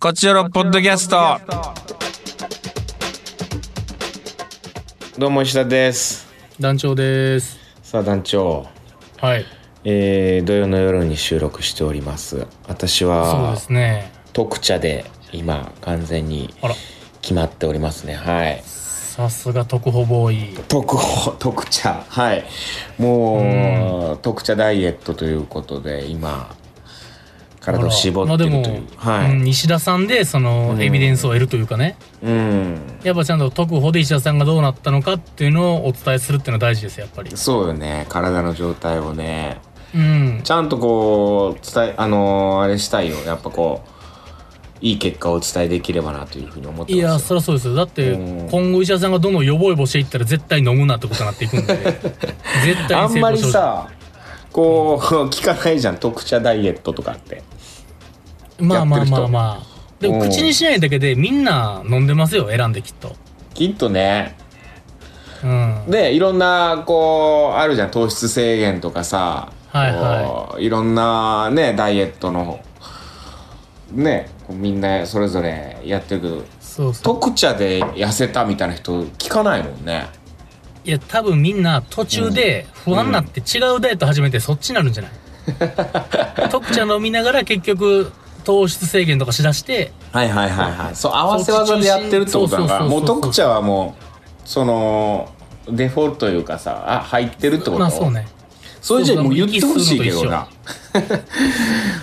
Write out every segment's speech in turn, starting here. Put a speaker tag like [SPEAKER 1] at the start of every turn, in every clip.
[SPEAKER 1] こちらのポッドキャスト。
[SPEAKER 2] どうも石田です。
[SPEAKER 3] 団長です。
[SPEAKER 2] さあ団長、
[SPEAKER 3] はい。
[SPEAKER 2] えー、土曜の夜に収録しております。私
[SPEAKER 3] そう
[SPEAKER 2] は
[SPEAKER 3] ですね。
[SPEAKER 2] 特茶で今完全に
[SPEAKER 3] あら、
[SPEAKER 2] 決まっておりますね。はい。
[SPEAKER 3] さすが特保ボーイ。
[SPEAKER 2] 特報特茶はい。もう特茶ダイエットということで今体を絞
[SPEAKER 3] あ
[SPEAKER 2] っ
[SPEAKER 3] らまあ
[SPEAKER 2] て
[SPEAKER 3] で
[SPEAKER 2] る
[SPEAKER 3] も、
[SPEAKER 2] という。は
[SPEAKER 3] うん
[SPEAKER 2] い。
[SPEAKER 3] 西田さんでそのエビデンスを得るというかね、
[SPEAKER 2] うん。
[SPEAKER 3] やっぱちゃんと特保で石田さんがどうなったのかっていうのをお伝えするっていうのは大事ですやっぱり。
[SPEAKER 2] そうよね。体の状態をね。
[SPEAKER 3] うん。
[SPEAKER 2] ちゃんとこう、伝え、あのーあれしたいよ。やっぱこう、いい結果をお伝えできればなというふうに思って
[SPEAKER 3] いや
[SPEAKER 2] ま
[SPEAKER 3] ー
[SPEAKER 2] す。
[SPEAKER 3] そりゃそうですよだって
[SPEAKER 2] うん
[SPEAKER 3] 今後石田さんがどんどんよぼよぼしていったら絶対飲むなってことになっていく んで絶対
[SPEAKER 2] あ
[SPEAKER 3] に
[SPEAKER 2] ん
[SPEAKER 3] 成
[SPEAKER 2] ま
[SPEAKER 3] 功
[SPEAKER 2] り
[SPEAKER 3] しよう
[SPEAKER 2] さ、こう、聞かないじゃん。特茶ダイエットとかって。
[SPEAKER 3] まあま
[SPEAKER 2] やっ
[SPEAKER 3] あま
[SPEAKER 2] てる人
[SPEAKER 3] あまあでも
[SPEAKER 2] うん
[SPEAKER 3] 口にしないだけでみんな飲んでますよ選んできっと
[SPEAKER 2] きっとね。
[SPEAKER 3] うん
[SPEAKER 2] で、いろんな、こう、あるじゃん。糖質制限とかさ。
[SPEAKER 3] はいはい
[SPEAKER 2] こういろんなね、ダイエットの、ね、こうみんなそれぞれやってるけど、
[SPEAKER 3] そうそう
[SPEAKER 2] 特茶で痩せたみたいな人聞かないもんね。
[SPEAKER 3] いや多分みんな途中で不安になって違うダイエット始めてそっちになるんじゃない、特茶飲みながら結局糖質制限とかしだして
[SPEAKER 2] はいはいはいはいそう合わせ技でやってるってことだから
[SPEAKER 3] そ
[SPEAKER 2] も
[SPEAKER 3] う
[SPEAKER 2] う
[SPEAKER 3] そうそうそう
[SPEAKER 2] 特茶はもうそのデフォルトというかさあ入ってるってこと
[SPEAKER 3] まあそうね
[SPEAKER 2] それじゃもう言
[SPEAKER 3] そう
[SPEAKER 2] ってほ
[SPEAKER 3] そう
[SPEAKER 2] しいけどな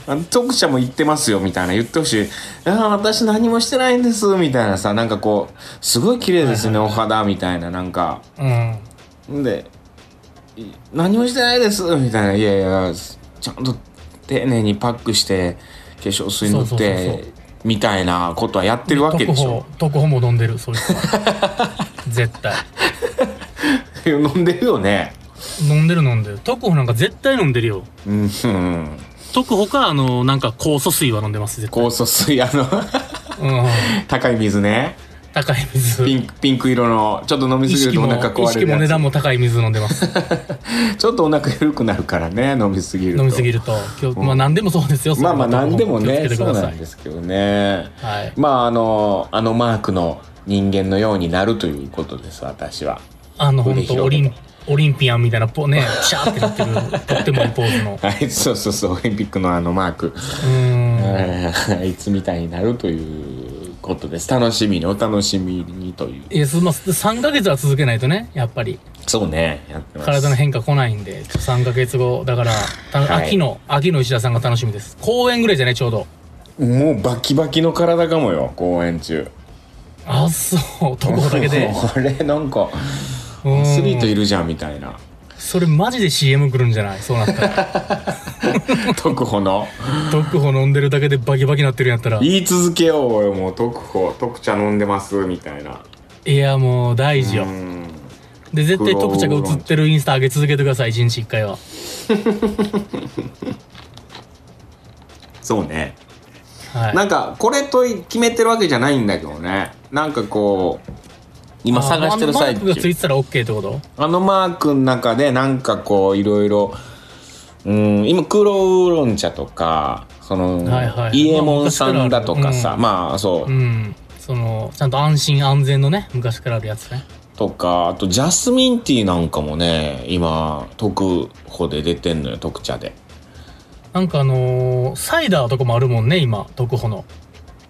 [SPEAKER 2] あの特茶も言ってますよみたいな言ってほしい「ああ私何もしてないんです」みたいなさなんかこう「すごい綺麗ですねお肌」みたいななんか
[SPEAKER 3] うん
[SPEAKER 2] んでい「何もしてないです」みたいな「いやいやちゃんと丁寧にパックして化粧水塗っ
[SPEAKER 3] そうそうそうそ
[SPEAKER 2] て」みたいなことはやってるわけ
[SPEAKER 3] 特
[SPEAKER 2] でしょ
[SPEAKER 3] 保特保も飲んでるそいつは 絶対
[SPEAKER 2] 飲んでるよね。
[SPEAKER 3] 飲んでる飲んでる特保なんか絶対飲んでるよ
[SPEAKER 2] うん。
[SPEAKER 3] 特保かあのなんか酵素水は飲んでます絶対、
[SPEAKER 2] 酵素水、あの、
[SPEAKER 3] うん、
[SPEAKER 2] 高い水ね。
[SPEAKER 3] 高い水
[SPEAKER 2] ピンク、ピンク色の、ちょっと飲み
[SPEAKER 3] 意
[SPEAKER 2] すぎる
[SPEAKER 3] 識
[SPEAKER 2] とお
[SPEAKER 3] も
[SPEAKER 2] 腹
[SPEAKER 3] 意
[SPEAKER 2] 壊れ
[SPEAKER 3] 識
[SPEAKER 2] る
[SPEAKER 3] も値
[SPEAKER 2] や
[SPEAKER 3] 段も高い水飲んでま す
[SPEAKER 2] つ。ちょっとお腹緩くなるからね、飲みすぎると。
[SPEAKER 3] 飲みすぎると今日、まあ何でもそうですよ
[SPEAKER 2] まあまあ、
[SPEAKER 3] それは
[SPEAKER 2] なんでも
[SPEAKER 3] 気を
[SPEAKER 2] ね、
[SPEAKER 3] つけてく
[SPEAKER 2] そう
[SPEAKER 3] だ
[SPEAKER 2] な
[SPEAKER 3] さ
[SPEAKER 2] ん
[SPEAKER 3] い
[SPEAKER 2] ですけどね。
[SPEAKER 3] はい
[SPEAKER 2] まあ、あの、あのマークの人間のようになるということです、私は。
[SPEAKER 3] あの本
[SPEAKER 2] 腕広
[SPEAKER 3] 当
[SPEAKER 2] げ
[SPEAKER 3] オリンオリンピアンみたいなポね シャーってなってるとってもいいポーズのう
[SPEAKER 2] はい、 そうそうそう、オリンピックのあのマーク。
[SPEAKER 3] ーん
[SPEAKER 2] はいいつみたいになるということです。楽しみに、お楽しみにという。
[SPEAKER 3] いやすまあ3ヶ月は続けないとねやっぱり
[SPEAKER 2] そうね、やってます。
[SPEAKER 3] 体の変化来ないんで3ヶ月後だからた
[SPEAKER 2] はい
[SPEAKER 3] 秋の秋の石田さんが楽しみです公演ぐらいじゃないちょうど
[SPEAKER 2] もうバキバキの体かもよ公演中
[SPEAKER 3] あそうとこだけ で
[SPEAKER 2] あれなんか
[SPEAKER 3] う
[SPEAKER 2] アスリート
[SPEAKER 3] ーん
[SPEAKER 2] いるじゃんみたいな
[SPEAKER 3] それマジで CM 来るんじゃないそうなっ たら
[SPEAKER 2] 特保の
[SPEAKER 3] 特保飲んでるだけでバキバキなってるんやったら
[SPEAKER 2] 言い続けよう俺もう特保特茶飲んでますみたいない
[SPEAKER 3] やもう大事よ
[SPEAKER 2] うん
[SPEAKER 3] で絶対特茶が映ってるインスタ上げ続けてください一日一回は
[SPEAKER 2] そうね
[SPEAKER 3] はい
[SPEAKER 2] なんかこれと決めてるわけじゃないんだけどねなんかこう今探してる
[SPEAKER 3] あ
[SPEAKER 2] 最
[SPEAKER 3] のマークがつ
[SPEAKER 2] 中
[SPEAKER 3] いてたら OK ってこと
[SPEAKER 2] あのマークの中でなんかこういろいろうん今黒ウーロン茶とかその、
[SPEAKER 3] はいはい
[SPEAKER 2] 伊右衛門さんだとかさ、
[SPEAKER 3] まあ昔からある
[SPEAKER 2] まあそう、
[SPEAKER 3] うんそのちゃんと安心安全のね昔からあるやつね
[SPEAKER 2] とかあとジャスミンティーなんかもね今特保で出てんのよ特茶で
[SPEAKER 3] なんかあのーサイダーとかもあるもんね今特保の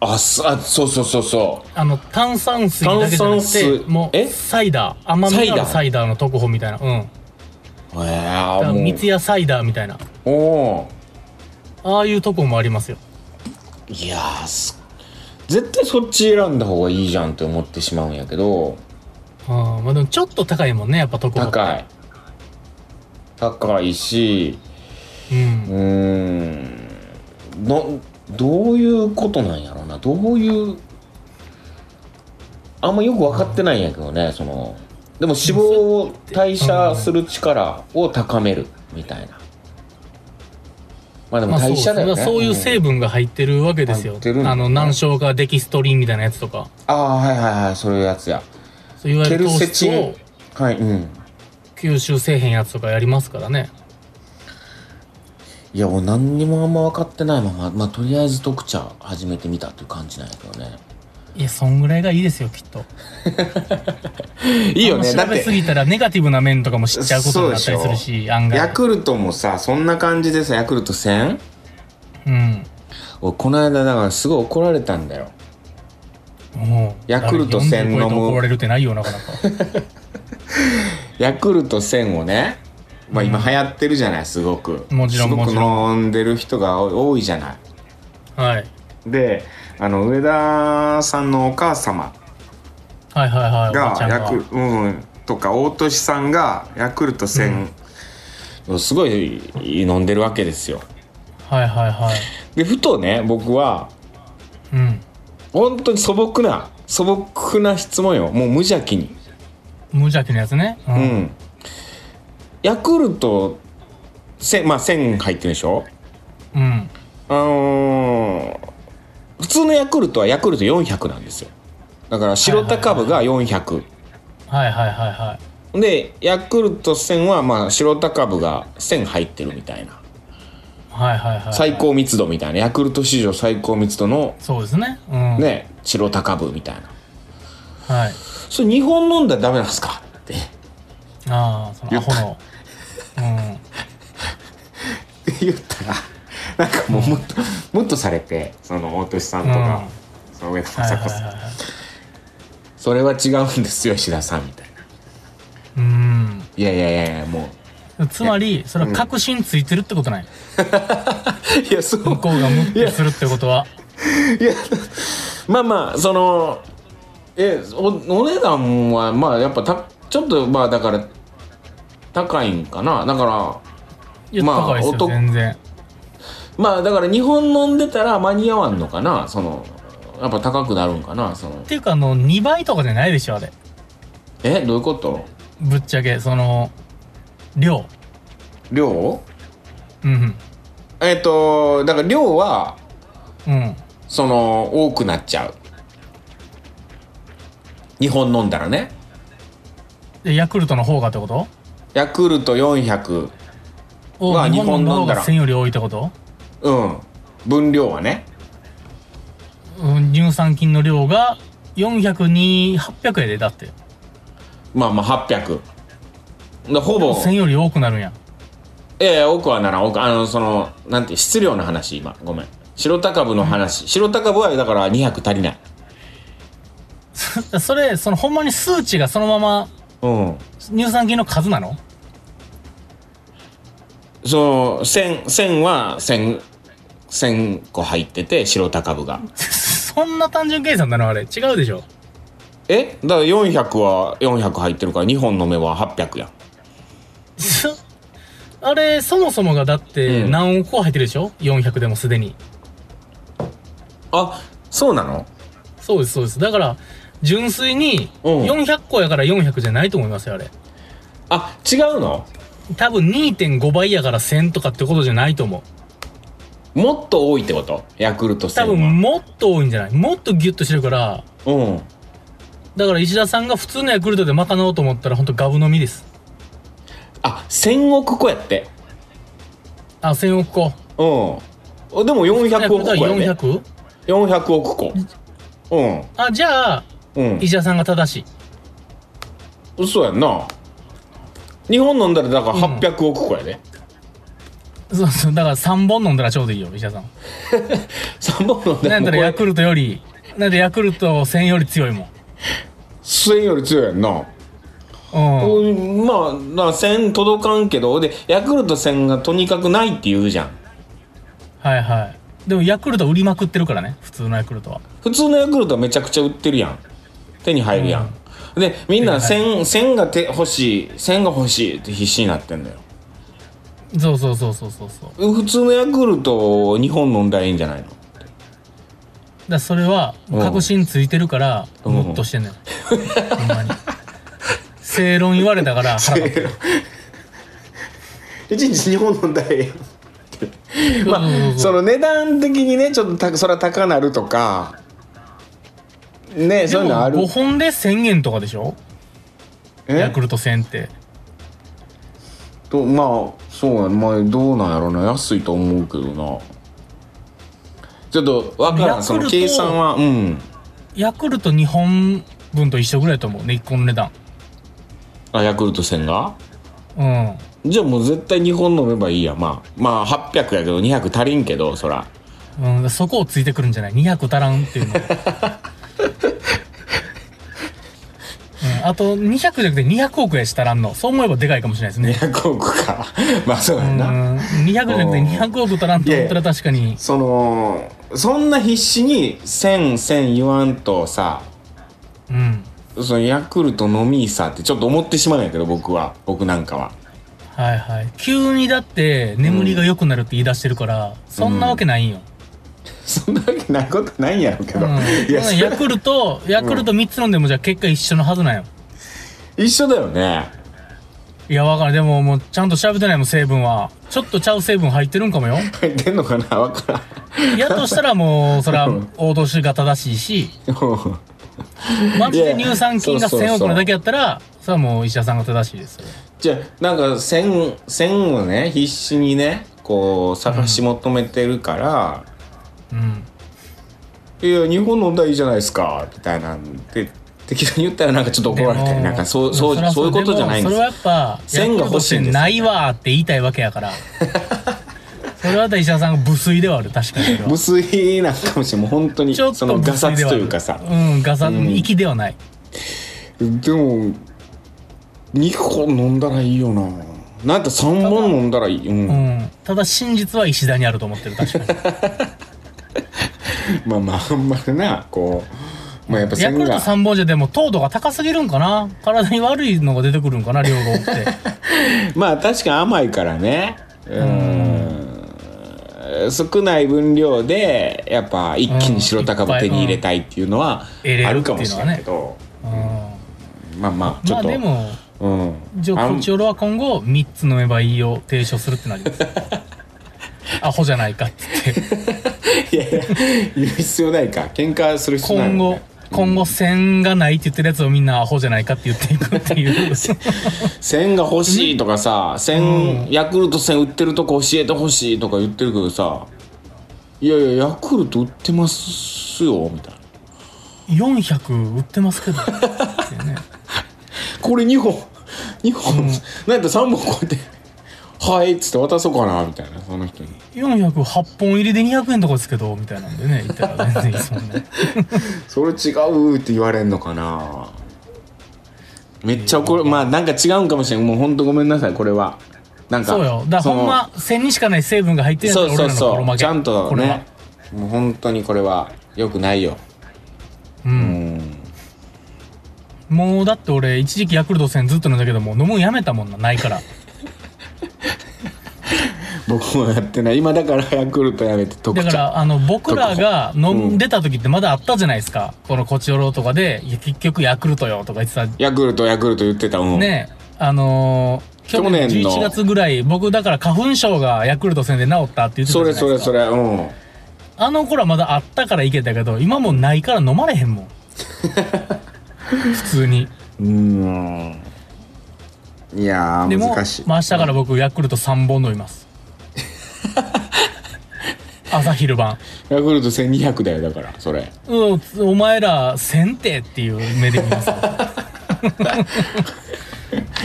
[SPEAKER 2] あそあそうそうそうそ
[SPEAKER 3] あの炭酸水だけじゃ
[SPEAKER 2] 炭
[SPEAKER 3] な
[SPEAKER 2] 酸
[SPEAKER 3] くて
[SPEAKER 2] 水
[SPEAKER 3] も
[SPEAKER 2] え
[SPEAKER 3] うサイダー甘みのある
[SPEAKER 2] サ
[SPEAKER 3] サイダーの特保みたいなうん
[SPEAKER 2] うえー、
[SPEAKER 3] だから
[SPEAKER 2] もう
[SPEAKER 3] 三ツ矢サイダーみたいな
[SPEAKER 2] おお
[SPEAKER 3] ああいうとこもありますよ
[SPEAKER 2] ーいやーす絶対そっち選んだ方がいいじゃんって思ってしまうんやけど
[SPEAKER 3] あーまあでもちょっと高いもんねやっぱ特保
[SPEAKER 2] 高い高いし
[SPEAKER 3] い、うん
[SPEAKER 2] うーんのどういうことなんやろうなどういうあんまよく分かってないんやけどねそのでも脂肪を代謝する力を高めるみたいなまあで
[SPEAKER 3] ま
[SPEAKER 2] も
[SPEAKER 3] あそう
[SPEAKER 2] 代
[SPEAKER 3] です
[SPEAKER 2] 謝だ
[SPEAKER 3] ね
[SPEAKER 2] よ
[SPEAKER 3] ま
[SPEAKER 2] ね、
[SPEAKER 3] あそういう成
[SPEAKER 2] 分、
[SPEAKER 3] 分が入ってるわけですよ
[SPEAKER 2] 入ってるん。だ
[SPEAKER 3] あの、難消化デキストリンみたいなやつとか。
[SPEAKER 2] ああはいはいはいそういうやつや
[SPEAKER 3] そういわゆ
[SPEAKER 2] ケ
[SPEAKER 3] る
[SPEAKER 2] ル
[SPEAKER 3] 糖
[SPEAKER 2] セ
[SPEAKER 3] 質
[SPEAKER 2] チ
[SPEAKER 3] を
[SPEAKER 2] ンはいうん
[SPEAKER 3] 吸収せえへんやつとかやりますからね。
[SPEAKER 2] いや、俺何にもあんま分かってないまま、まあ、とりあえず特茶始めてみたっていう感じなんやけどね。
[SPEAKER 3] いやそんぐらいがいいですよきっと
[SPEAKER 2] いいよね。
[SPEAKER 3] あんま
[SPEAKER 2] だっ
[SPEAKER 3] 調べす
[SPEAKER 2] て、
[SPEAKER 3] ぎたらネガティブな面とかも知っちゃうことになったりする
[SPEAKER 2] そ
[SPEAKER 3] し案
[SPEAKER 2] ヤ
[SPEAKER 3] 外
[SPEAKER 2] クルトもさ、そんな感じでさ、ヤクルト 1000?
[SPEAKER 3] うん
[SPEAKER 2] 俺、この間、だからすごい怒られたんだよ。
[SPEAKER 3] もう
[SPEAKER 2] ヤクルト
[SPEAKER 3] 40
[SPEAKER 2] 戦の
[SPEAKER 3] 超えて
[SPEAKER 2] も
[SPEAKER 3] 怒られるってないよなかなか
[SPEAKER 2] ヤクルト1000をね、まあ今流行ってるじゃない、すごく。
[SPEAKER 3] もちろん
[SPEAKER 2] すごく
[SPEAKER 3] もちろ
[SPEAKER 2] 飲んでる人が多いじゃない。
[SPEAKER 3] はい
[SPEAKER 2] で、あの、上田さんのお母様
[SPEAKER 3] はいはいはいおば
[SPEAKER 2] が
[SPEAKER 3] ちゃん
[SPEAKER 2] ヤ
[SPEAKER 3] が
[SPEAKER 2] クうんとか大俊さんがヤクルト1000、すごい飲んでるわけですよ
[SPEAKER 3] はいはいはい
[SPEAKER 2] でふとね僕は
[SPEAKER 3] うん
[SPEAKER 2] 本当に素朴な素朴な質問よもう無邪気に
[SPEAKER 3] 無邪気なやつねう
[SPEAKER 2] うん、
[SPEAKER 3] ん
[SPEAKER 2] ヤクルト1000まあ1000入ってるでしょ
[SPEAKER 3] うん
[SPEAKER 2] あのー普通のヤクルトはヤクルト400なんですよだから白高部が400、
[SPEAKER 3] はいはいはいはい
[SPEAKER 2] でヤクルト1000はまあ白高部が1000入ってるみたいな
[SPEAKER 3] はいはいはい
[SPEAKER 2] 最高密度みたいなヤクルト史上最高密度の
[SPEAKER 3] そうですねうん
[SPEAKER 2] ね白高部みたいな
[SPEAKER 3] はい
[SPEAKER 2] それ日本飲んだらダメなんですかって
[SPEAKER 3] ああそのアホの うん
[SPEAKER 2] 言ったらなんかもうムッと,、ムッとされてその大俊さんとか、その上田
[SPEAKER 3] はいは
[SPEAKER 2] さ
[SPEAKER 3] い
[SPEAKER 2] 子
[SPEAKER 3] は
[SPEAKER 2] さん、
[SPEAKER 3] いはい
[SPEAKER 2] それは違うんですよ石田さんみたいな
[SPEAKER 3] うん
[SPEAKER 2] いやいやいやいやもう
[SPEAKER 3] つまりそれは確信ついてるってことない
[SPEAKER 2] いやそう
[SPEAKER 3] 向こうが無ってするってことはい
[SPEAKER 2] やまあまあそのえおお値段はまあやっぱたちょっとまあだから高いんかなだから
[SPEAKER 3] いや
[SPEAKER 2] まあ
[SPEAKER 3] 高いですよ
[SPEAKER 2] 男
[SPEAKER 3] 全然
[SPEAKER 2] まあだから日本飲んでたら間に合わんのかなそのやっぱ高くなるんかなその
[SPEAKER 3] っていうかあの2倍とかじゃないでしょあれ
[SPEAKER 2] えどういうこと
[SPEAKER 3] ぶっちゃけその量
[SPEAKER 2] 量
[SPEAKER 3] うん
[SPEAKER 2] えっ、とだから量は
[SPEAKER 3] うんうん
[SPEAKER 2] その多くなっちゃう日本飲んだらね
[SPEAKER 3] でヤクルトの方がってこと
[SPEAKER 2] ヤクルト400
[SPEAKER 3] お
[SPEAKER 2] まあ
[SPEAKER 3] 日本の
[SPEAKER 2] 日本飲
[SPEAKER 3] 方
[SPEAKER 2] んだ
[SPEAKER 3] が
[SPEAKER 2] ら
[SPEAKER 3] 1000より多いってこと
[SPEAKER 2] うん分量はね
[SPEAKER 3] うん乳酸菌の量が400に800やでだって
[SPEAKER 2] まあまあ800だほぼ
[SPEAKER 3] 1000より多くなるんや
[SPEAKER 2] ええ多くはならん多くあのそのなんて質量の話今ごめん白高部の話、白高部はだから200足りない
[SPEAKER 3] そそれそのほんまに数値がそのまま
[SPEAKER 2] うん
[SPEAKER 3] 乳酸菌の数なの
[SPEAKER 2] その1000 1000は1000 1000個入ってて白高部が
[SPEAKER 3] そんな単純計算なのあれ違うでしょ
[SPEAKER 2] えだから400は400入ってるから2本飲めば800やん
[SPEAKER 3] す あれそもそもがだって
[SPEAKER 2] うん
[SPEAKER 3] 何億個入ってるでしょ、400でもすでに
[SPEAKER 2] あそうなの
[SPEAKER 3] そうですそうですだから純粋に
[SPEAKER 2] うん
[SPEAKER 3] 400個やから400じゃないと思いますよあれ
[SPEAKER 2] あ違うの
[SPEAKER 3] 多分2.5倍やから1000とかってことじゃないと思う
[SPEAKER 2] もっと多いってことヤクルト1000
[SPEAKER 3] 多
[SPEAKER 2] は
[SPEAKER 3] 分もっと多いんじゃないもっとギュッとしてるから
[SPEAKER 2] うん
[SPEAKER 3] だから石田さんが普通のヤクルトで賄おうと思ったらほんとガブ飲みです
[SPEAKER 2] あ1000億個やって
[SPEAKER 3] あ1000億個
[SPEAKER 2] うんおでも
[SPEAKER 3] ヤ
[SPEAKER 2] 400
[SPEAKER 3] クル
[SPEAKER 2] 億
[SPEAKER 3] ト
[SPEAKER 2] 個
[SPEAKER 3] は
[SPEAKER 2] やね
[SPEAKER 3] 400?
[SPEAKER 2] 400億個。うん。
[SPEAKER 3] あじゃあ
[SPEAKER 2] うん。
[SPEAKER 3] 石田さんが正しい
[SPEAKER 2] 嘘やんな。日本飲んだらだから
[SPEAKER 3] うん
[SPEAKER 2] 800億個やで。
[SPEAKER 3] そうそうだから3本飲んだらちょうどいいよ石田さん
[SPEAKER 2] 3本飲んだら
[SPEAKER 3] なん
[SPEAKER 2] も
[SPEAKER 3] だ
[SPEAKER 2] う
[SPEAKER 3] ら
[SPEAKER 2] こ
[SPEAKER 3] ヤ
[SPEAKER 2] れ
[SPEAKER 3] クルトより、なんでヤクルト1000より強いもん。
[SPEAKER 2] 1000より強いやんな。
[SPEAKER 3] うん。
[SPEAKER 2] うんまあ、な1000届かんけど、で、ヤクルト1000がとにかくないって言うじゃん。
[SPEAKER 3] はいはい。でもヤクルト売りまくってるからね、普通のヤクルトは。
[SPEAKER 2] 普通のヤクルトはめちゃくちゃ売ってるやん。手に入るやん。で、みんな
[SPEAKER 3] 手に
[SPEAKER 2] 1000、1000が手欲しい、1000が欲しいって必死になってんだよ。
[SPEAKER 3] そうそうそうそうそうそう。だか
[SPEAKER 2] 普通のヤクルトを日本飲んだらいいんじゃないの
[SPEAKER 3] らそれは、
[SPEAKER 2] うん
[SPEAKER 3] 確信ついてるから、
[SPEAKER 2] うん
[SPEAKER 3] もっとしてんのよ。ほんまに。 正論言われ たから腹立ってる。
[SPEAKER 2] 一日日本飲んだらええやん ま
[SPEAKER 3] うんうんう
[SPEAKER 2] あ
[SPEAKER 3] ん
[SPEAKER 2] その値段的にねちょっとたそれは高なるとかね
[SPEAKER 3] で
[SPEAKER 2] そういうのある
[SPEAKER 3] も5本で1000円とかでしょ
[SPEAKER 2] え
[SPEAKER 3] ヤクルト1000って。
[SPEAKER 2] とまあそうやまあどうなんやろな安いと思うけどなちょっと分からんその
[SPEAKER 3] ヤクルト
[SPEAKER 2] 計算はうん
[SPEAKER 3] ヤクルト2本分と一緒ぐらいだと思うね1個の値段
[SPEAKER 2] あヤクルト戦が
[SPEAKER 3] うん
[SPEAKER 2] じゃあもう絶対2本飲めばいいやまあまあ800やけど200足りんけどそら
[SPEAKER 3] うん、そこをついてくるんじゃない200足らんってい うの、うん、あと200じゃなくて200億やし足らんのそう思えばでかいかもしれないですね
[SPEAKER 2] 200億か まあそうや
[SPEAKER 3] うん
[SPEAKER 2] な、
[SPEAKER 3] 200じゃなくて200億足らんと思ったら確かに
[SPEAKER 2] そのそんな必死に10001000言わんとさ
[SPEAKER 3] うん
[SPEAKER 2] そのヤクルト飲みいさってちょっと思ってしまうんやけど僕は僕なんかは
[SPEAKER 3] はいはい急にだって眠りが良くなるって言い出してるから、そんなわけないんよ、
[SPEAKER 2] そんなわけないことないんやろうけ
[SPEAKER 3] うん
[SPEAKER 2] ど、いやそれ
[SPEAKER 3] ヤクルトヤクルト3つ飲んでもじゃあ結果一緒のはずなんよ
[SPEAKER 2] 一緒だよね
[SPEAKER 3] いやわからんでももうちゃんと調べてないもん成分はちょっとちゃう成分入ってるんかもよ
[SPEAKER 2] 入ってんのかなわからん
[SPEAKER 3] やとしたらもうそれは応答しが正しいし
[SPEAKER 2] うん
[SPEAKER 3] マジ
[SPEAKER 2] いや
[SPEAKER 3] で乳酸菌が
[SPEAKER 2] そうそう
[SPEAKER 3] 1000
[SPEAKER 2] そう
[SPEAKER 3] 億のだけやったらそれはもう医者さんが正しいですよ
[SPEAKER 2] じゃあなんか線線をね必死にねこう探し求めてるから
[SPEAKER 3] うん
[SPEAKER 2] 「いや日本飲んだらいいじゃないですか」みたいなんで適当に言ったらなんかちょっと怒られた
[SPEAKER 3] で
[SPEAKER 2] り
[SPEAKER 3] も
[SPEAKER 2] なんかそうそ
[SPEAKER 3] や
[SPEAKER 2] うそういうことじゃないん
[SPEAKER 3] そ
[SPEAKER 2] で
[SPEAKER 3] れ
[SPEAKER 2] す
[SPEAKER 3] はやっぱ
[SPEAKER 2] 線が欲しいんですよ
[SPEAKER 3] ヤクルトってないわーって言いたいわけやから それは医者さんが無粋ではある確かにそれは
[SPEAKER 2] 無粋なんかもしれないもう本当に
[SPEAKER 3] ちょ っ
[SPEAKER 2] その
[SPEAKER 3] と
[SPEAKER 2] ガ
[SPEAKER 3] 無
[SPEAKER 2] サ
[SPEAKER 3] 粋で
[SPEAKER 2] ツ
[SPEAKER 3] は
[SPEAKER 2] と
[SPEAKER 3] ある
[SPEAKER 2] いうかさ
[SPEAKER 3] うんガサツ
[SPEAKER 2] うん
[SPEAKER 3] 息ではない
[SPEAKER 2] でも2本飲んだらいいよななんか3本飲んだらいい、うん
[SPEAKER 3] うんただ真実は石田にあると思ってる確か に
[SPEAKER 2] まあまああんまりなこうまあやっぱ
[SPEAKER 3] ヤ
[SPEAKER 2] 線
[SPEAKER 3] クルト
[SPEAKER 2] が
[SPEAKER 3] 3本じゃでも糖度が高すぎるんかな体に悪いのが出てくるんかな量が多 くて
[SPEAKER 2] まあ確かに甘いからねうん少ない分量でやっぱ一気に白高
[SPEAKER 3] うんい
[SPEAKER 2] ば
[SPEAKER 3] っぱ
[SPEAKER 2] 手
[SPEAKER 3] い
[SPEAKER 2] に入れたいっていうのは
[SPEAKER 3] 入れる
[SPEAKER 2] あるかもしれないけど、
[SPEAKER 3] うん
[SPEAKER 2] まあまあちょ
[SPEAKER 3] ま
[SPEAKER 2] っ
[SPEAKER 3] あ
[SPEAKER 2] と、
[SPEAKER 3] でも
[SPEAKER 2] うん
[SPEAKER 3] じゃ
[SPEAKER 2] あ
[SPEAKER 3] あ
[SPEAKER 2] ん
[SPEAKER 3] コチオロは今後3つ飲めばいいよ提唱するってなり ますアホじゃないかっつって
[SPEAKER 2] いやいや言う必要ないか喧嘩する必要ない
[SPEAKER 3] 今
[SPEAKER 2] もん
[SPEAKER 3] 後
[SPEAKER 2] ね
[SPEAKER 3] 今後線がないって言ってるやつをみんなアホじゃないかって言っていくって いう
[SPEAKER 2] 線が欲しいとかさ線、ヤクルト線売ってるとこ教えてほしいとか言ってるけどさいやいやヤクルト売ってますよみたいな
[SPEAKER 3] 400売ってます けどっていうね
[SPEAKER 2] これ2本2本、なんか3本こうやって 「はい」っつって渡そうかなみたいなその人に
[SPEAKER 3] 408本入りで200円とかですけどみたいなんでね言ったら全然いいですもんね
[SPEAKER 2] 「それ違う」って言われんのかなめっちゃ怒るまあなんか違うんかもしれんもうほんとごめんなさいこれはなんか
[SPEAKER 3] そうよだから
[SPEAKER 2] その
[SPEAKER 3] ほんま線にしかない成分が入ってるんだ
[SPEAKER 2] そ
[SPEAKER 3] か
[SPEAKER 2] う
[SPEAKER 3] ら
[SPEAKER 2] そ
[SPEAKER 3] 俺
[SPEAKER 2] うそ
[SPEAKER 3] らの心負
[SPEAKER 2] う
[SPEAKER 3] け
[SPEAKER 2] ちゃんと
[SPEAKER 3] これは
[SPEAKER 2] ねもう本当にこれはよくないよ
[SPEAKER 3] うん
[SPEAKER 2] うん
[SPEAKER 3] もうだって俺一時期ヤクルト1000ずっと飲んだけどもう飲むんやめたもんなないから
[SPEAKER 2] 僕もやってない今だからヤクルトやめて特
[SPEAKER 3] だか
[SPEAKER 2] 茶
[SPEAKER 3] らあの僕らが飲んでた時ってまだあったじゃないですか、このコチオロとかでいや結局ヤクルトよとか言ってた
[SPEAKER 2] ヤクルトヤクルト言ってたうん
[SPEAKER 3] ねあのー去年
[SPEAKER 2] 去年の
[SPEAKER 3] 11月ぐらい僕だから花粉症がヤクルト1000で治ったって言ってたじゃ
[SPEAKER 2] そ
[SPEAKER 3] ないで
[SPEAKER 2] れ
[SPEAKER 3] すか
[SPEAKER 2] それそれうん
[SPEAKER 3] あの頃はまだあったからいけたけど今もうないから飲まれへんもん普通に
[SPEAKER 2] うんいや
[SPEAKER 3] で
[SPEAKER 2] ー
[SPEAKER 3] も、まあ、
[SPEAKER 2] 難しい
[SPEAKER 3] 明日から僕ヤクルト3本飲みます 朝昼晩
[SPEAKER 2] ヤクルト1200だよだからそれ
[SPEAKER 3] うん、お前ら、先手っていう目で見ます。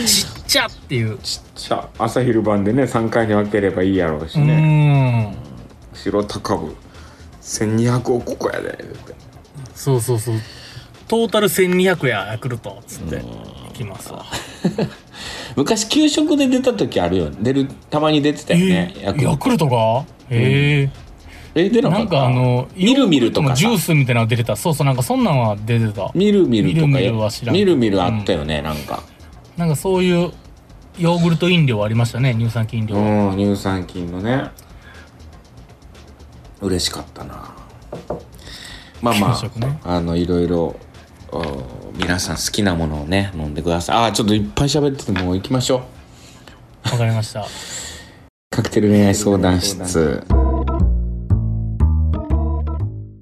[SPEAKER 3] ちっちゃっていう。
[SPEAKER 2] ちっちゃ朝昼晩でね3回に分ければいいやろうし
[SPEAKER 3] う
[SPEAKER 2] ね
[SPEAKER 3] ーん。
[SPEAKER 2] 白高部1200億個やでって
[SPEAKER 3] そうそうそう。トータル1200や、ヤクルト。つって。いきますわ。
[SPEAKER 2] 昔給食で出た時あるよね出るたまに出てたよね、
[SPEAKER 3] えー
[SPEAKER 2] ヤクル
[SPEAKER 3] ヤ
[SPEAKER 2] ト
[SPEAKER 3] クルトがえ
[SPEAKER 2] え出
[SPEAKER 3] え
[SPEAKER 2] なかった
[SPEAKER 3] なんかあの、
[SPEAKER 2] みるみると
[SPEAKER 3] ヨーグルトの
[SPEAKER 2] か
[SPEAKER 3] ジ
[SPEAKER 2] さ
[SPEAKER 3] ュースみたいなの出てた。そうそう、なんかそんなんは出てた。
[SPEAKER 2] みるみるとか
[SPEAKER 3] みるみるは知らん
[SPEAKER 2] みるみるあったよね、なんか
[SPEAKER 3] なんかそういう、ヨーグルト飲料ありましたね、乳酸菌飲料。
[SPEAKER 2] うん乳酸菌のね嬉しかったなまあま
[SPEAKER 3] 給
[SPEAKER 2] あ、
[SPEAKER 3] 食ね
[SPEAKER 2] あのいろいろお皆さん好きなものをね飲んでくださいあーちょっといっぱい喋っててもう行きましょう
[SPEAKER 3] わかりま した。
[SPEAKER 2] カクテル恋愛相談室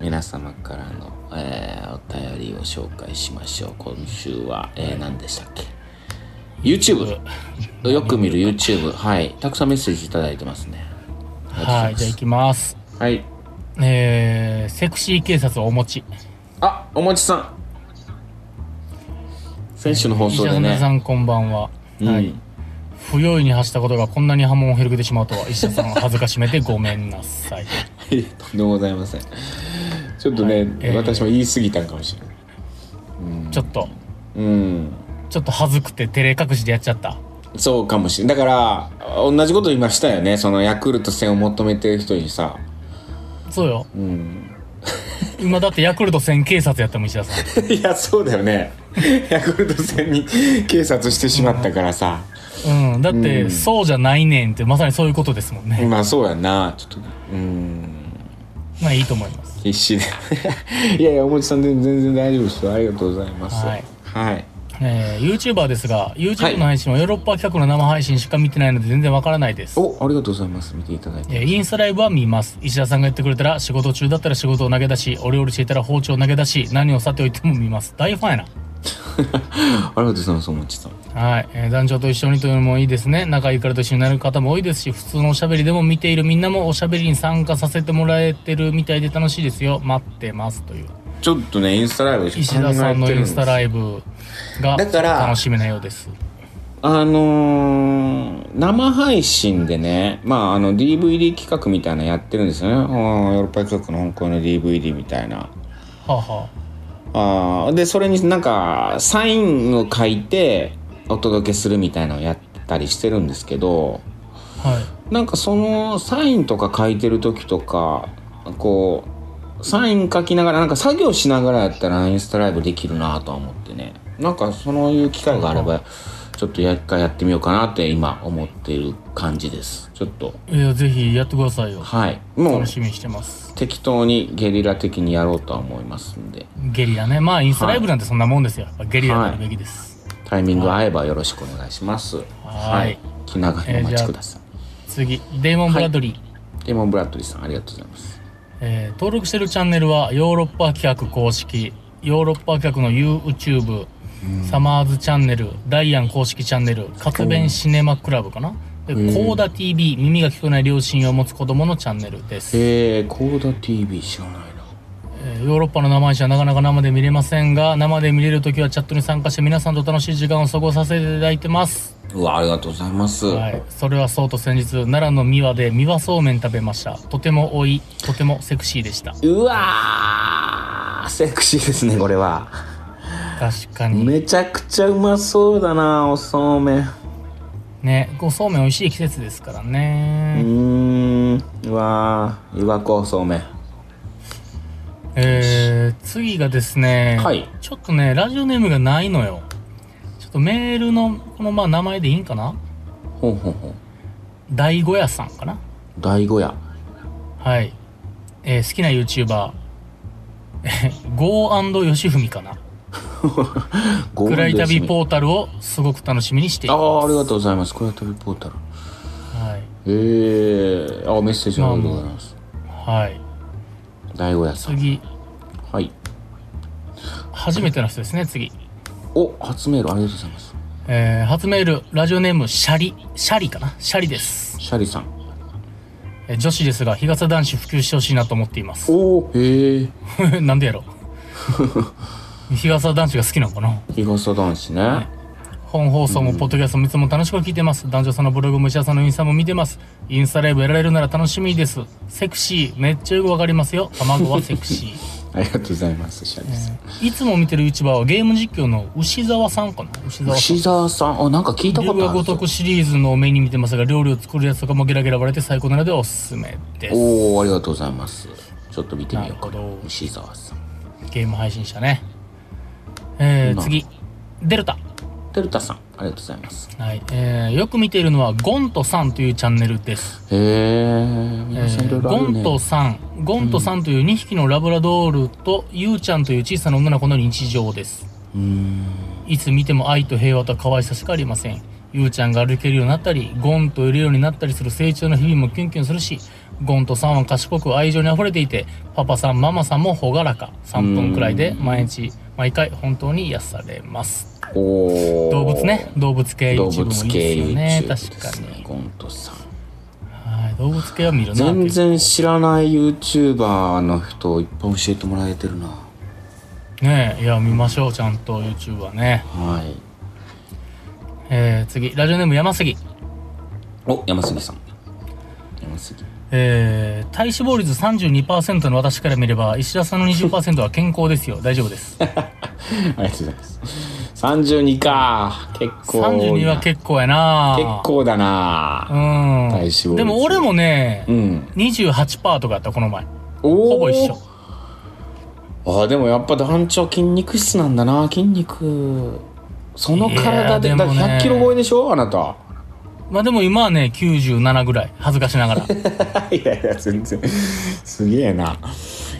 [SPEAKER 2] 皆様からの、えーお便りを紹介しましょう今週は、えー何でしたっけ YouTube よく見る YouTube はいたくさんメッセージいただいてますね
[SPEAKER 3] は
[SPEAKER 2] あり
[SPEAKER 3] い、
[SPEAKER 2] がと
[SPEAKER 3] じゃあ
[SPEAKER 2] う
[SPEAKER 3] 行きます。
[SPEAKER 2] ございますはい
[SPEAKER 3] えー、セクシー警察をお持ち。
[SPEAKER 2] あおもちさん選手の放送で
[SPEAKER 3] 石田さ
[SPEAKER 2] ね
[SPEAKER 3] んこんばんは。
[SPEAKER 2] うん、
[SPEAKER 3] はい。不用意に発したことがこんなに波紋を広げてしまうとは、石田さんを恥ずかしめてごめんなさい。
[SPEAKER 2] とんでもございませんちょっとね、
[SPEAKER 3] えー
[SPEAKER 2] 私も言い過ぎたんかもしれない
[SPEAKER 3] ちょっと、
[SPEAKER 2] うん
[SPEAKER 3] ちょっと恥ずくて照れ隠しでやっちゃった。
[SPEAKER 2] そうかもしれないだから同じこと言いましたよねそのヤクルト戦を求めてる人にさ
[SPEAKER 3] そうよ。
[SPEAKER 2] うん
[SPEAKER 3] 今だってヤクルト1000警察やったもん、石田さん。
[SPEAKER 2] いやそうだよね ヤクルト戦に 警察してしまったからさ、
[SPEAKER 3] うん、だって、
[SPEAKER 2] うん
[SPEAKER 3] そうじゃないねんってまさにそういうことですもんね、
[SPEAKER 2] まあそうやなちょっとうん
[SPEAKER 3] まあいいと思います
[SPEAKER 2] 必死で いやいやおもちさん全然大丈夫ですよありがとうございます
[SPEAKER 3] はい、
[SPEAKER 2] はい
[SPEAKER 3] えー、YouTuber ですが
[SPEAKER 2] は
[SPEAKER 3] YouTube
[SPEAKER 2] い
[SPEAKER 3] の配信はヨーロッパ企画の生配信しか見てないので全然わからないです、
[SPEAKER 2] おありがとうございます見ていただいて
[SPEAKER 3] えーインスタライブは見ます石田さんが言ってくれたら仕事中だったら仕事を投げ出しお料理していたら包丁を投げ出し何をさておいても見ます大ファン
[SPEAKER 2] あ
[SPEAKER 3] や
[SPEAKER 2] りがとうございますおもちさん
[SPEAKER 3] なはい、えー、団長と一緒にというのもいいですね仲いいからと一緒になる方も多いですし普通のおしゃべりでも見ているみんなもおしゃべりに参加させてもらえてるみたいで楽しいですよ待ってますという
[SPEAKER 2] ちょっとねインスタライブで
[SPEAKER 3] 石田さんのインスタライブが
[SPEAKER 2] だから
[SPEAKER 3] 楽しみなようです。
[SPEAKER 2] あのー生配信でね、まあ、あの DVD 企画みたいなのやってるんですよねうんヨーロッパ企画の香港の DVD みたいな
[SPEAKER 3] はあ、は
[SPEAKER 2] あーでそれになんかサインを書いてお届けするみたいなのをやったりしてるんですけど
[SPEAKER 3] あ、はい。
[SPEAKER 2] なんかそのサインとか書いてる時とかこうサイン書きながらなんか作業しながらやったらインスタライブできるなとは思ってねなんかそういう機会があればちょっとや一回やってみようかなって今思っている感じですちょっと
[SPEAKER 3] いや、ぜひやってくださいよ。
[SPEAKER 2] はいもう
[SPEAKER 3] 楽しみにしてます。
[SPEAKER 2] 適当にゲリラ的にやろうとは思いますんで
[SPEAKER 3] ゲリラね。まあ、インスタライブなんてそんなもんですよ。やっぱゲリラになるべきです。
[SPEAKER 2] タイミング合えばよろしくお願いします
[SPEAKER 3] はい
[SPEAKER 2] 気長にお待ちください、
[SPEAKER 3] 次、デイモン・ブラッドリー。
[SPEAKER 2] デモン・ブラッドリーさんありがとうございます
[SPEAKER 3] えー登録してるチャンネルはヨーロッパ企画公式、ヨーロッパ企画の YouTube、サマーズチャンネル、ダイアン公式チャンネル、活弁シネマクラブかな。で、コーダ TV、耳が聞こえない両親を持つ子供のチャンネルです。
[SPEAKER 2] えー、コーダ TV 知らないな
[SPEAKER 3] えーヨーロッパの生配信はなかなか生で見れませんが生で見れる時はチャットに参加して皆さんと楽しい時間を過ごさせていただいてます、
[SPEAKER 2] うわありがとうございます、
[SPEAKER 3] はい、それはそうと先日奈良の三輪で三輪そうめん食べましたとても多いとてもセクシーでした
[SPEAKER 2] うわーセクシーですねこれは
[SPEAKER 3] 確かに
[SPEAKER 2] めちゃくちゃうまそうだなおそうめんう
[SPEAKER 3] ねこうそうめん美味しい季節ですからね、
[SPEAKER 2] ーんうわー湯葉こそうめん
[SPEAKER 3] えー、次がですね、
[SPEAKER 2] はい
[SPEAKER 3] ちょっとねラジオネームがないのよちょっとメールのこのまあ名前でいいんかな
[SPEAKER 2] ほんほんほん
[SPEAKER 3] 第五屋さんかな
[SPEAKER 2] 第五夜
[SPEAKER 3] はい。えー好きな YouTuber、えーゴーヨシフミかな。暗い旅
[SPEAKER 2] ー
[SPEAKER 3] ポータルをすごく楽しみにしてい
[SPEAKER 2] タル
[SPEAKER 3] ま
[SPEAKER 2] ああありがとうございます暗い旅ポータル
[SPEAKER 3] す。は
[SPEAKER 2] え
[SPEAKER 3] い。
[SPEAKER 2] えー、あメッセージありがとうございます
[SPEAKER 3] はい。
[SPEAKER 2] 第五夜さん
[SPEAKER 3] 次、
[SPEAKER 2] はい
[SPEAKER 3] 初めての人ですね、次。
[SPEAKER 2] お初メールありがとうございます
[SPEAKER 3] えー初メール、ラジオネーム、シャリ、シャリかなシャリです。
[SPEAKER 2] シャリさん
[SPEAKER 3] えー女子ですが、日傘男子普及してほしいなと思っています。
[SPEAKER 2] おおへえ
[SPEAKER 3] なんでやろ う日傘男子が好きなのかな
[SPEAKER 2] 日傘男子ね、
[SPEAKER 3] 本放送もポッドキャストもいつも楽しく聞いてます。男女さんのブログも石田さんのインスタも見てます。インスタライブやられるなら楽しみです。セクシー、めっちゃよくわかりますよ。卵はセクシ ー。
[SPEAKER 2] ありがとうございますシャリさん、
[SPEAKER 3] いつも見てる YouTuber はゲーム実況の牛沢さんかな牛沢さん。
[SPEAKER 2] 牛沢さんあなんか聞いたこ
[SPEAKER 3] 龍
[SPEAKER 2] と
[SPEAKER 3] が
[SPEAKER 2] ある
[SPEAKER 3] 如くシリーズの目に見てますが、料理を作るやつとかもゲラゲラ割れて最高なのでおすすめです。
[SPEAKER 2] おおありがとうございますちょっと見てみようか
[SPEAKER 3] なるほど
[SPEAKER 2] 牛沢さん
[SPEAKER 3] ゲーム配信者ね。えー、
[SPEAKER 2] な
[SPEAKER 3] 次。デルタ。
[SPEAKER 2] デルタさんありがとうございます
[SPEAKER 3] はい。えー、よく見ているのはゴントさんというチャンネルです。
[SPEAKER 2] へえ皆さんいろいろあ
[SPEAKER 3] ゴ
[SPEAKER 2] るね
[SPEAKER 3] ントさんゴントさんという2匹のラブラドールと、ユウちゃんという小さな女の子の日常です
[SPEAKER 2] うーん
[SPEAKER 3] いつ見ても愛と平和と可愛さしかありませんユウちゃんが歩けるようになったりゴンといるようになったりする成長の日々もキュンキュンするしゴントさんは賢く愛情にあふれていてパパさんママさんも朗らか3分くらいで毎日毎回本当に癒されます
[SPEAKER 2] おー
[SPEAKER 3] 動物ね動物系
[SPEAKER 2] 動
[SPEAKER 3] YouTube も
[SPEAKER 2] 物
[SPEAKER 3] いい
[SPEAKER 2] 系
[SPEAKER 3] ですよね
[SPEAKER 2] YouTube で
[SPEAKER 3] 確か
[SPEAKER 2] すね
[SPEAKER 3] に
[SPEAKER 2] ゴントさん
[SPEAKER 3] はい動物系は見るな
[SPEAKER 2] 全然知らない YouTuber の人いっぱい教えてもらえてるな
[SPEAKER 3] ねえいや見ましょうちゃんと YouTube はね、
[SPEAKER 2] はい
[SPEAKER 3] えー、次ラジオネーム山杉
[SPEAKER 2] お山杉さん山杉
[SPEAKER 3] えー、体脂肪率32%の私から見れば石田さんの20%は健康ですよ大丈夫です
[SPEAKER 2] ありがとうございます32か結構多い
[SPEAKER 3] 32
[SPEAKER 2] な
[SPEAKER 3] は結構やな
[SPEAKER 2] 結構だな体脂肪
[SPEAKER 3] う
[SPEAKER 2] 率
[SPEAKER 3] んでも俺もね
[SPEAKER 2] うん
[SPEAKER 3] 28%とかやったこの前
[SPEAKER 2] おお
[SPEAKER 3] ほぼ一緒
[SPEAKER 2] あーでもやっぱ団長筋肉質なんだな筋肉その
[SPEAKER 3] いや
[SPEAKER 2] 体
[SPEAKER 3] ー
[SPEAKER 2] で
[SPEAKER 3] でも
[SPEAKER 2] だって
[SPEAKER 3] ね
[SPEAKER 2] 100キロ超えでしょあなた
[SPEAKER 3] まあでも今はね97ぐらい恥ずかしながら
[SPEAKER 2] いやいや全然すげえな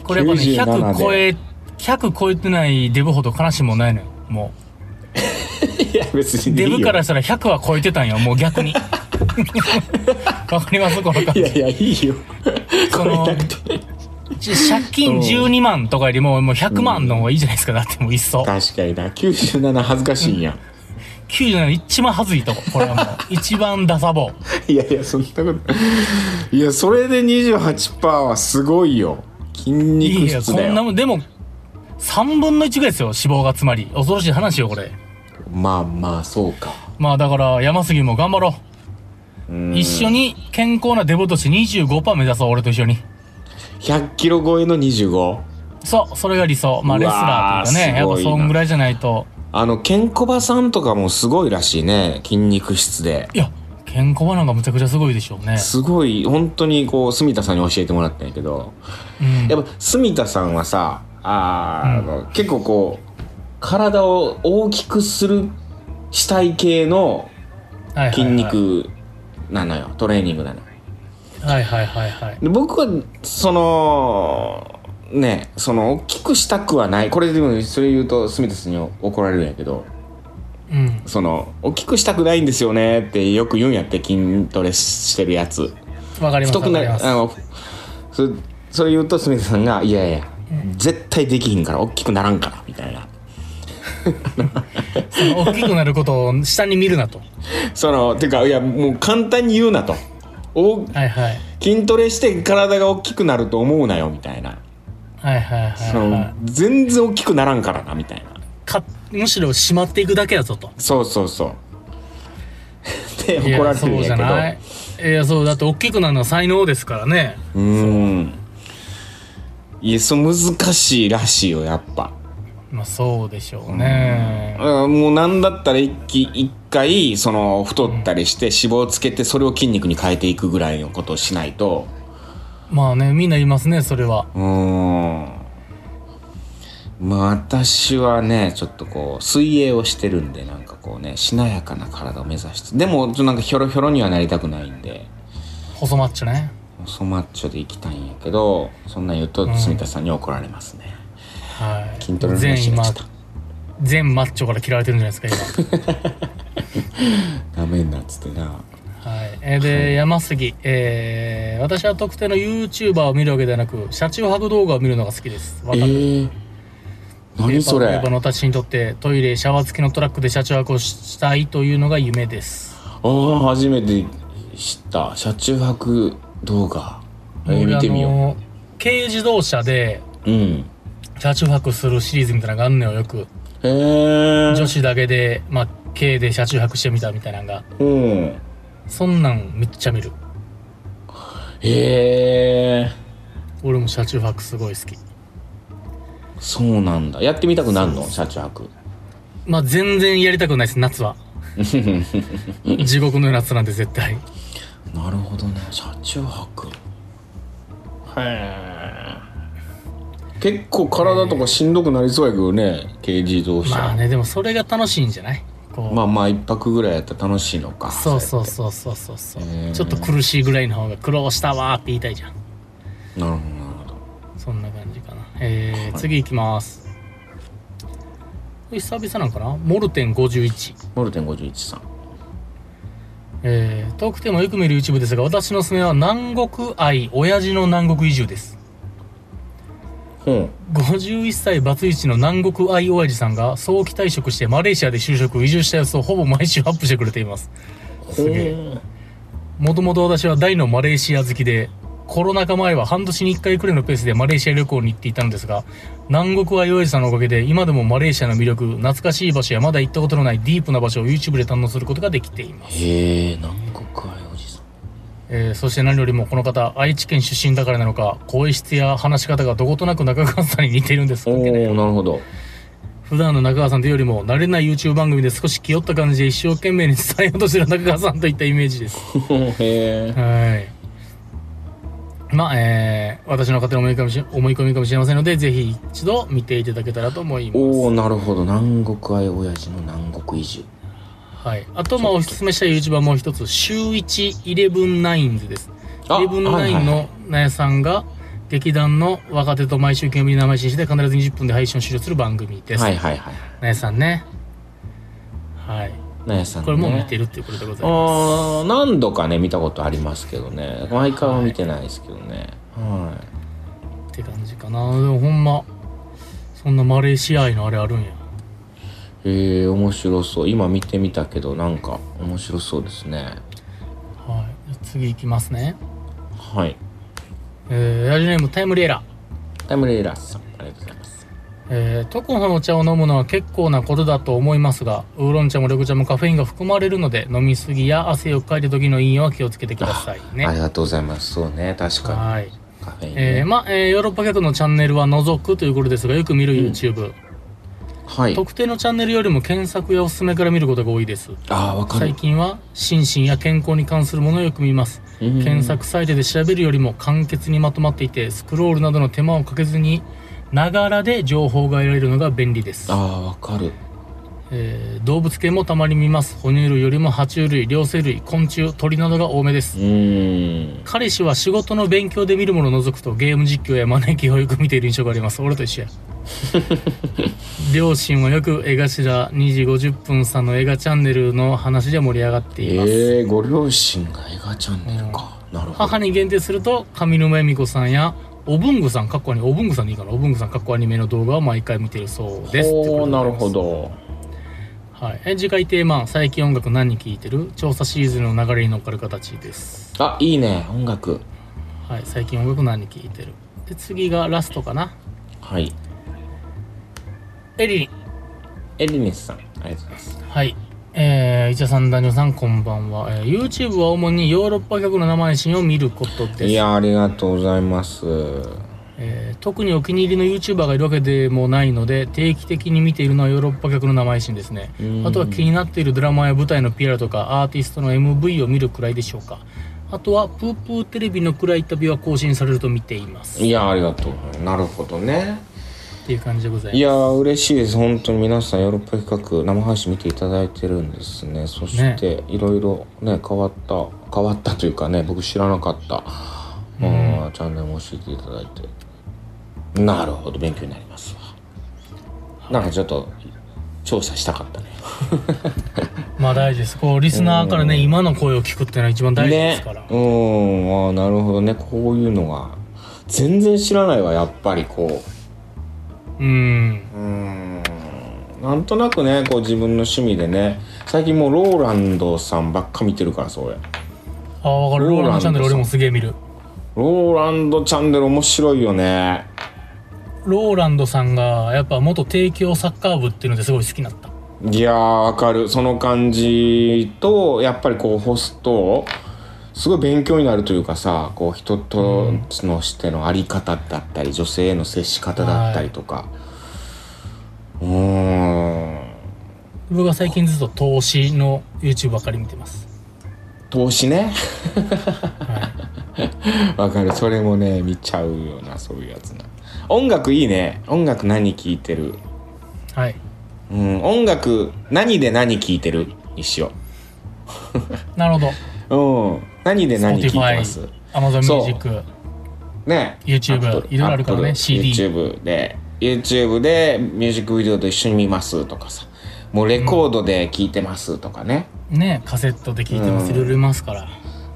[SPEAKER 3] これやっぱね
[SPEAKER 2] 97
[SPEAKER 3] 100超え100超えてないデブほど悲しいもんないのよも
[SPEAKER 2] いや別
[SPEAKER 3] う
[SPEAKER 2] にいい
[SPEAKER 3] デ
[SPEAKER 2] よ
[SPEAKER 3] ブからしたら100は超えてたんよもう逆に わかりますこの感
[SPEAKER 2] い
[SPEAKER 3] じ
[SPEAKER 2] やいやいいよ
[SPEAKER 3] そ
[SPEAKER 2] 超
[SPEAKER 3] の
[SPEAKER 2] えなくて
[SPEAKER 3] 借金12万とかよりももう100万の方がいいじゃないですかだってもういっそ
[SPEAKER 2] 確かにな97恥ずかしいんや、
[SPEAKER 3] 97一番恥ずいとここれはもう一番ダサボ
[SPEAKER 2] いやいやそんなこといやそれで28%はすご いよ筋
[SPEAKER 3] い
[SPEAKER 2] 肉
[SPEAKER 3] いや
[SPEAKER 2] 質
[SPEAKER 3] こ
[SPEAKER 2] だよ
[SPEAKER 3] んなもんでも3分の1ぐらいですよ脂肪がつまり恐ろしい話よこれ
[SPEAKER 2] まあまあそうか
[SPEAKER 3] まあだから山杉も頑張ろう
[SPEAKER 2] 一
[SPEAKER 3] 一緒に健康なデブとして25%目指そう俺と一緒に
[SPEAKER 2] 100キロ超えの25
[SPEAKER 3] そうそれが理想まあ
[SPEAKER 2] う
[SPEAKER 3] レ
[SPEAKER 2] わ
[SPEAKER 3] スラーというかね
[SPEAKER 2] す
[SPEAKER 3] やっ
[SPEAKER 2] ごい
[SPEAKER 3] ぱ
[SPEAKER 2] な
[SPEAKER 3] そんぐらいじゃないと
[SPEAKER 2] あのケンコバさんとかもすごいらしいね筋肉質で
[SPEAKER 3] いや健康はなんかむちゃくちゃすごいでしょうね
[SPEAKER 2] すごい本当にこう住田さんに教えてもらったんやけど
[SPEAKER 3] うん
[SPEAKER 2] やっぱ住田さんはさあー、あの結構こう体を大きくするしたい系の
[SPEAKER 3] はいはいはい
[SPEAKER 2] 筋肉なのよトレーニングなのよ
[SPEAKER 3] はいはいはいはい
[SPEAKER 2] で僕はそのねその大きくしたくはないこれでもそれ言うと住田さんに怒られるんやけど
[SPEAKER 3] うん
[SPEAKER 2] その大きくしたくないんですよねってよく言うんやって筋トレしてるやつ
[SPEAKER 3] わかりま
[SPEAKER 2] 太
[SPEAKER 3] すわ
[SPEAKER 2] く
[SPEAKER 3] かり
[SPEAKER 2] な
[SPEAKER 3] ます
[SPEAKER 2] あのそそれ言うと住田さんが「いやいや絶対できひんから大きくならんから」みたいな
[SPEAKER 3] その大きくなることを下に見るなと。
[SPEAKER 2] そのてかいやもう簡単に言うなとお
[SPEAKER 3] はいはい。
[SPEAKER 2] 筋トレして体が大きくなると思うなよみたいな
[SPEAKER 3] はいはい
[SPEAKER 2] そ
[SPEAKER 3] はい、
[SPEAKER 2] の
[SPEAKER 3] は。
[SPEAKER 2] 全然大きくならんからなみたいない
[SPEAKER 3] か、むしろしまっていくだけやぞと。
[SPEAKER 2] そうそうそう。 で
[SPEAKER 3] いや
[SPEAKER 2] 怒られてる
[SPEAKER 3] そ
[SPEAKER 2] ん
[SPEAKER 3] うじ
[SPEAKER 2] や
[SPEAKER 3] ゃ
[SPEAKER 2] けど。
[SPEAKER 3] ない。いや、そう、だって大きくなるのは才能ですからね。
[SPEAKER 2] うーん。いや、そう難しいらしいよ、やっぱ。
[SPEAKER 3] まあそうでしょうね。
[SPEAKER 2] うんもうなんだったら一気一回、その、太ったりして脂肪をつけて、それを筋肉に変えていくぐらいのことをしないと。
[SPEAKER 3] まあね、みんな言いますね、それは。
[SPEAKER 2] うーん。まあ私はね、ちょっとこう、水泳をしてるんで、なんかこうね、しなやかな体を目指して。でも、ちょっとなんかひょろひょろにはなりたくないんで。
[SPEAKER 3] 細マッチョね。
[SPEAKER 2] 細マッチョで行きたいんやけどそんなん言うと住田さんに怒られますね、
[SPEAKER 3] はい。
[SPEAKER 2] 筋トレの
[SPEAKER 3] 全
[SPEAKER 2] 話にな
[SPEAKER 3] 今
[SPEAKER 2] っちゃっ、
[SPEAKER 3] 全マッチョから嫌われてるんじゃないですか、
[SPEAKER 2] ダメになっつってな
[SPEAKER 3] 今。はい。えーで、山杉。えー、私は特定の YouTuber を見るわけではなく、車中泊動画を見るのが好きです。わ
[SPEAKER 2] え
[SPEAKER 3] かる
[SPEAKER 2] ー、何そ
[SPEAKER 3] ペーパー
[SPEAKER 2] れ
[SPEAKER 3] ペーパーの私にとってトイレシャワー付きのトラックで車中泊をしたいというのが夢です
[SPEAKER 2] ああ初めて知った車中泊動画えー、
[SPEAKER 3] 俺
[SPEAKER 2] 見てみ
[SPEAKER 3] あ
[SPEAKER 2] よ
[SPEAKER 3] の軽自動車で
[SPEAKER 2] ううん
[SPEAKER 3] 車中泊するシリーズみたいなのがあんのよよく
[SPEAKER 2] へえー、
[SPEAKER 3] 女子だけで、まあ、軽で車中泊してみたみたいなのが
[SPEAKER 2] うんへ
[SPEAKER 3] そんなんめっちゃ見る
[SPEAKER 2] え
[SPEAKER 3] 俺も車中泊すごい好き
[SPEAKER 2] ー、そうなんだやってみたくなるの車中泊
[SPEAKER 3] まあ全然やりたくないです 夏は地獄の夏なんで絶対
[SPEAKER 2] なるほどね車中泊へえ結構体とかしんどくなりそうやけどね軽自動車、
[SPEAKER 3] まあねでもそれが楽しいんじゃないこう、
[SPEAKER 2] まあまあ一泊ぐらいやったら楽しいのか
[SPEAKER 3] そう
[SPEAKER 2] う
[SPEAKER 3] そうそうそうそうそう
[SPEAKER 2] へー
[SPEAKER 3] ちょっと苦しいぐらいの方が苦労したわーって言いたいじゃん
[SPEAKER 2] なるほどなるほど
[SPEAKER 3] そんな感じかな。えー次行きます。これ久々なんかなモルテン51。
[SPEAKER 2] モルテン51さん
[SPEAKER 3] えー、遠くてもよく見る YouTube ですが、私のおすすめは南国愛、親父の南国移住です。
[SPEAKER 2] ほ
[SPEAKER 3] 51歳バツイチの南国愛おやじさんが早期退職してマレーシアで就職移住した様子をほぼ毎週アップしてくれています
[SPEAKER 2] う
[SPEAKER 3] すげ
[SPEAKER 2] ほ
[SPEAKER 3] もともと私は大のマレーシア好きで、コロナ禍前は半年に1回くらいのペースでマレーシア旅行に行っていたのですが、南国はヨエさんのおかげで今でもマレーシアの魅力、懐かしい場所やまだ行ったことのないディープな場所を YouTube で堪能することができています。
[SPEAKER 2] うへえ南国愛おじさん
[SPEAKER 3] えーそして何よりもこの方、愛知県出身だからなのか、声質や話し方がどことなく中川さんに似ているんです
[SPEAKER 2] おおーなるほど
[SPEAKER 3] 普段の中川さんというよりも慣れない YouTube 番組で少し気負った感じで一生懸命に伝えようとしてる中川さんといったイメージです。
[SPEAKER 2] へえ
[SPEAKER 3] はい。まあ、えー、私の勝手な思い込みし思い込みかもしれませんので、ぜひ一度見ていただけたらと思います。
[SPEAKER 2] おおなるほど南国愛親父の南国移住
[SPEAKER 3] はい。あと、まあ、おすすめしたい YouTuber もう一つ、週1イレブンナインズです。
[SPEAKER 2] あ
[SPEAKER 3] イレブンナインのなやさんが、劇団の若手と毎週煙生配信して必ず20分で配信を終了する番組です。
[SPEAKER 2] はいはいはい
[SPEAKER 3] なやさんね。はい。
[SPEAKER 2] なやさんね
[SPEAKER 3] これもう見てるっていうことでございます。
[SPEAKER 2] あー何度かね見たことありますけどね毎回は見てないですけどねは
[SPEAKER 3] って感じかな。でもほんま、そんなマレーシア愛のあれあるん
[SPEAKER 2] い、
[SPEAKER 3] や。
[SPEAKER 2] へえ面白そう今見てみたけどなんか面白そうですね
[SPEAKER 3] はい、次いきますね。
[SPEAKER 2] はい
[SPEAKER 3] えー、ラジオネームタイムリエラ。
[SPEAKER 2] タイムレーラーさんありがとうございます
[SPEAKER 3] えー、トコホの茶を飲むのは結構なことだと思いますが、ウーロン茶も緑茶もカフェインが含まれるので、飲みすぎや汗をかいた時の飲用は気をつけてくださいね
[SPEAKER 2] あ。りがとうございますそうね確か
[SPEAKER 3] はい。
[SPEAKER 2] にカフェインね
[SPEAKER 3] えー、まあ、えーヨーロッパ客のチャンネルは覗くということですが、よく見る YouTube。
[SPEAKER 2] はい
[SPEAKER 3] 特定のチャンネルよりも検索やおすすめから見ることが多いです。
[SPEAKER 2] ああわか
[SPEAKER 3] 最
[SPEAKER 2] る
[SPEAKER 3] 近は、心身や健康に関するものをよく見ます。
[SPEAKER 2] うん
[SPEAKER 3] 検索サイトで調べるよりも簡潔にまとまっていてスクロールなどの手間をかけずにながらで情報が得られるのが便利です
[SPEAKER 2] あ、あわかる
[SPEAKER 3] えー動物系もたまに見ます哺乳類よりも爬虫類両生類昆虫鳥などが多めで
[SPEAKER 2] う
[SPEAKER 3] す
[SPEAKER 2] ーん
[SPEAKER 3] 彼氏は仕事の勉強で見るものを除くとゲーム実況や招きをよく見ている印象があります俺と一 緒や両親はよく絵頭2時50分さんの映画チャンネルの話で盛り上がっています、
[SPEAKER 2] ええご両親が映画チャンネルか、なるほど
[SPEAKER 3] 母に限定すると上沼恵美子さんやおぶんぐさんかっこアニメおぶんぐさんでいいかなおぶんぐさんかっこアニメの動画を毎回見てるそうですってこ
[SPEAKER 2] お
[SPEAKER 3] と
[SPEAKER 2] お
[SPEAKER 3] で
[SPEAKER 2] なるほ
[SPEAKER 3] ござい
[SPEAKER 2] ど
[SPEAKER 3] ますはいえ次回テーマ最近音楽何聴いてる調査シリーズンの流れに乗っかる形です
[SPEAKER 2] あいいね音楽
[SPEAKER 3] はい最近音楽何聴いてるで次がラストかな
[SPEAKER 2] はい
[SPEAKER 3] エリリン
[SPEAKER 2] エリネスさんありがとうございます
[SPEAKER 3] はいえー、イチャさん、ダニオさん、こんばんは、えー。YouTube は主にヨーロッパ客の生配信を見ることです。
[SPEAKER 2] いやありがとうございます
[SPEAKER 3] えー特にお気に入りの YouTuber がいるわけでもないので定期的に見ているのはヨーロッパ客の生配信ですね
[SPEAKER 2] うん
[SPEAKER 3] あとは気になっているドラマや舞台の PR とかアーティストの MV を見るくらいでしょうかあとはプープーテレビの暗い旅は更新されると見ていますっ
[SPEAKER 2] いやありがとうなるほどね
[SPEAKER 3] ていう感じでございます
[SPEAKER 2] いやあ嬉しいです本当に皆さんヨーロッパ企画生配信見ていただいてるんですねそしていろいろね変わった変わったというかね僕知らなかった、うん、チャンネルも教えていただいてなるほど勉強になりますわなんかちょっと調査したかったね
[SPEAKER 3] まあ大事ですこうリスナーからね今の声を聞くっていうのは一番大事ですから、
[SPEAKER 2] ね、うんあーなるほどねこういうのが全然知らないわやっぱりこ
[SPEAKER 3] うん
[SPEAKER 2] ううーんなんとなくねこう自分の趣味でね最近もうローランドさんばっか見てるからそれ
[SPEAKER 3] ああ分かるローランドチャンネル
[SPEAKER 2] ローランドさん
[SPEAKER 3] 俺もすげえ見る
[SPEAKER 2] ローランドチャンネル面白いよね
[SPEAKER 3] ローランドさんがやっぱ元帝京サッカー部っていうのですごい好きになった
[SPEAKER 2] いやーわかるその感じとやっぱりこうホストすごい勉強になるというかさこう人とのしてのあり方だったり、女性への接し方だったりとか、うーん
[SPEAKER 3] 僕が最近ずっと投資の YouTube ばっかり見てます、
[SPEAKER 2] 投資ね
[SPEAKER 3] は
[SPEAKER 2] わかるそれもね見ちゃうようなそういうやつな音楽いいね音楽何聴いてる
[SPEAKER 3] い、はい、
[SPEAKER 2] うん音楽何で何聴いてる一緒
[SPEAKER 3] なるほど
[SPEAKER 2] うん何で何聴いてます
[SPEAKER 3] Spotify Amazon
[SPEAKER 2] そう
[SPEAKER 3] Music
[SPEAKER 2] ね
[SPEAKER 3] YouTube いろいろあるからね CD
[SPEAKER 2] YouTube で YouTube でミュージックビデオと一緒に見ますとかさもうレコードで聴いてますとかね、
[SPEAKER 3] ねカセットで聞いてますいろいろいますから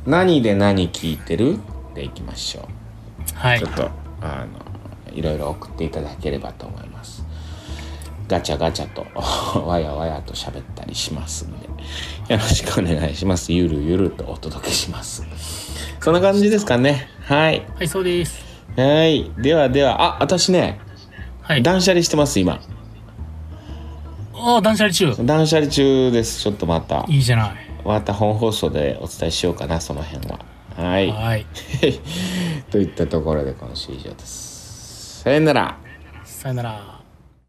[SPEAKER 2] 何で何聴いてるでいきましょう、
[SPEAKER 3] はい
[SPEAKER 2] ちょっとあのいろいろ送っていただければと思いますガチャガチャと わやわやと喋ったりしますんでよろしくお願いしますゆるゆるとお届けしますそんな感じですかねはい
[SPEAKER 3] はい、そうです。
[SPEAKER 2] はいではではあ私ね
[SPEAKER 3] はい。
[SPEAKER 2] 断捨離してます今
[SPEAKER 3] ああ、断捨離中。
[SPEAKER 2] 断捨離中ですちょっとまた
[SPEAKER 3] いいじゃない。
[SPEAKER 2] また本放送でお伝えしようかなその辺ははい
[SPEAKER 3] はい。
[SPEAKER 2] といったところで今週以上ですさよなら
[SPEAKER 3] さよなら。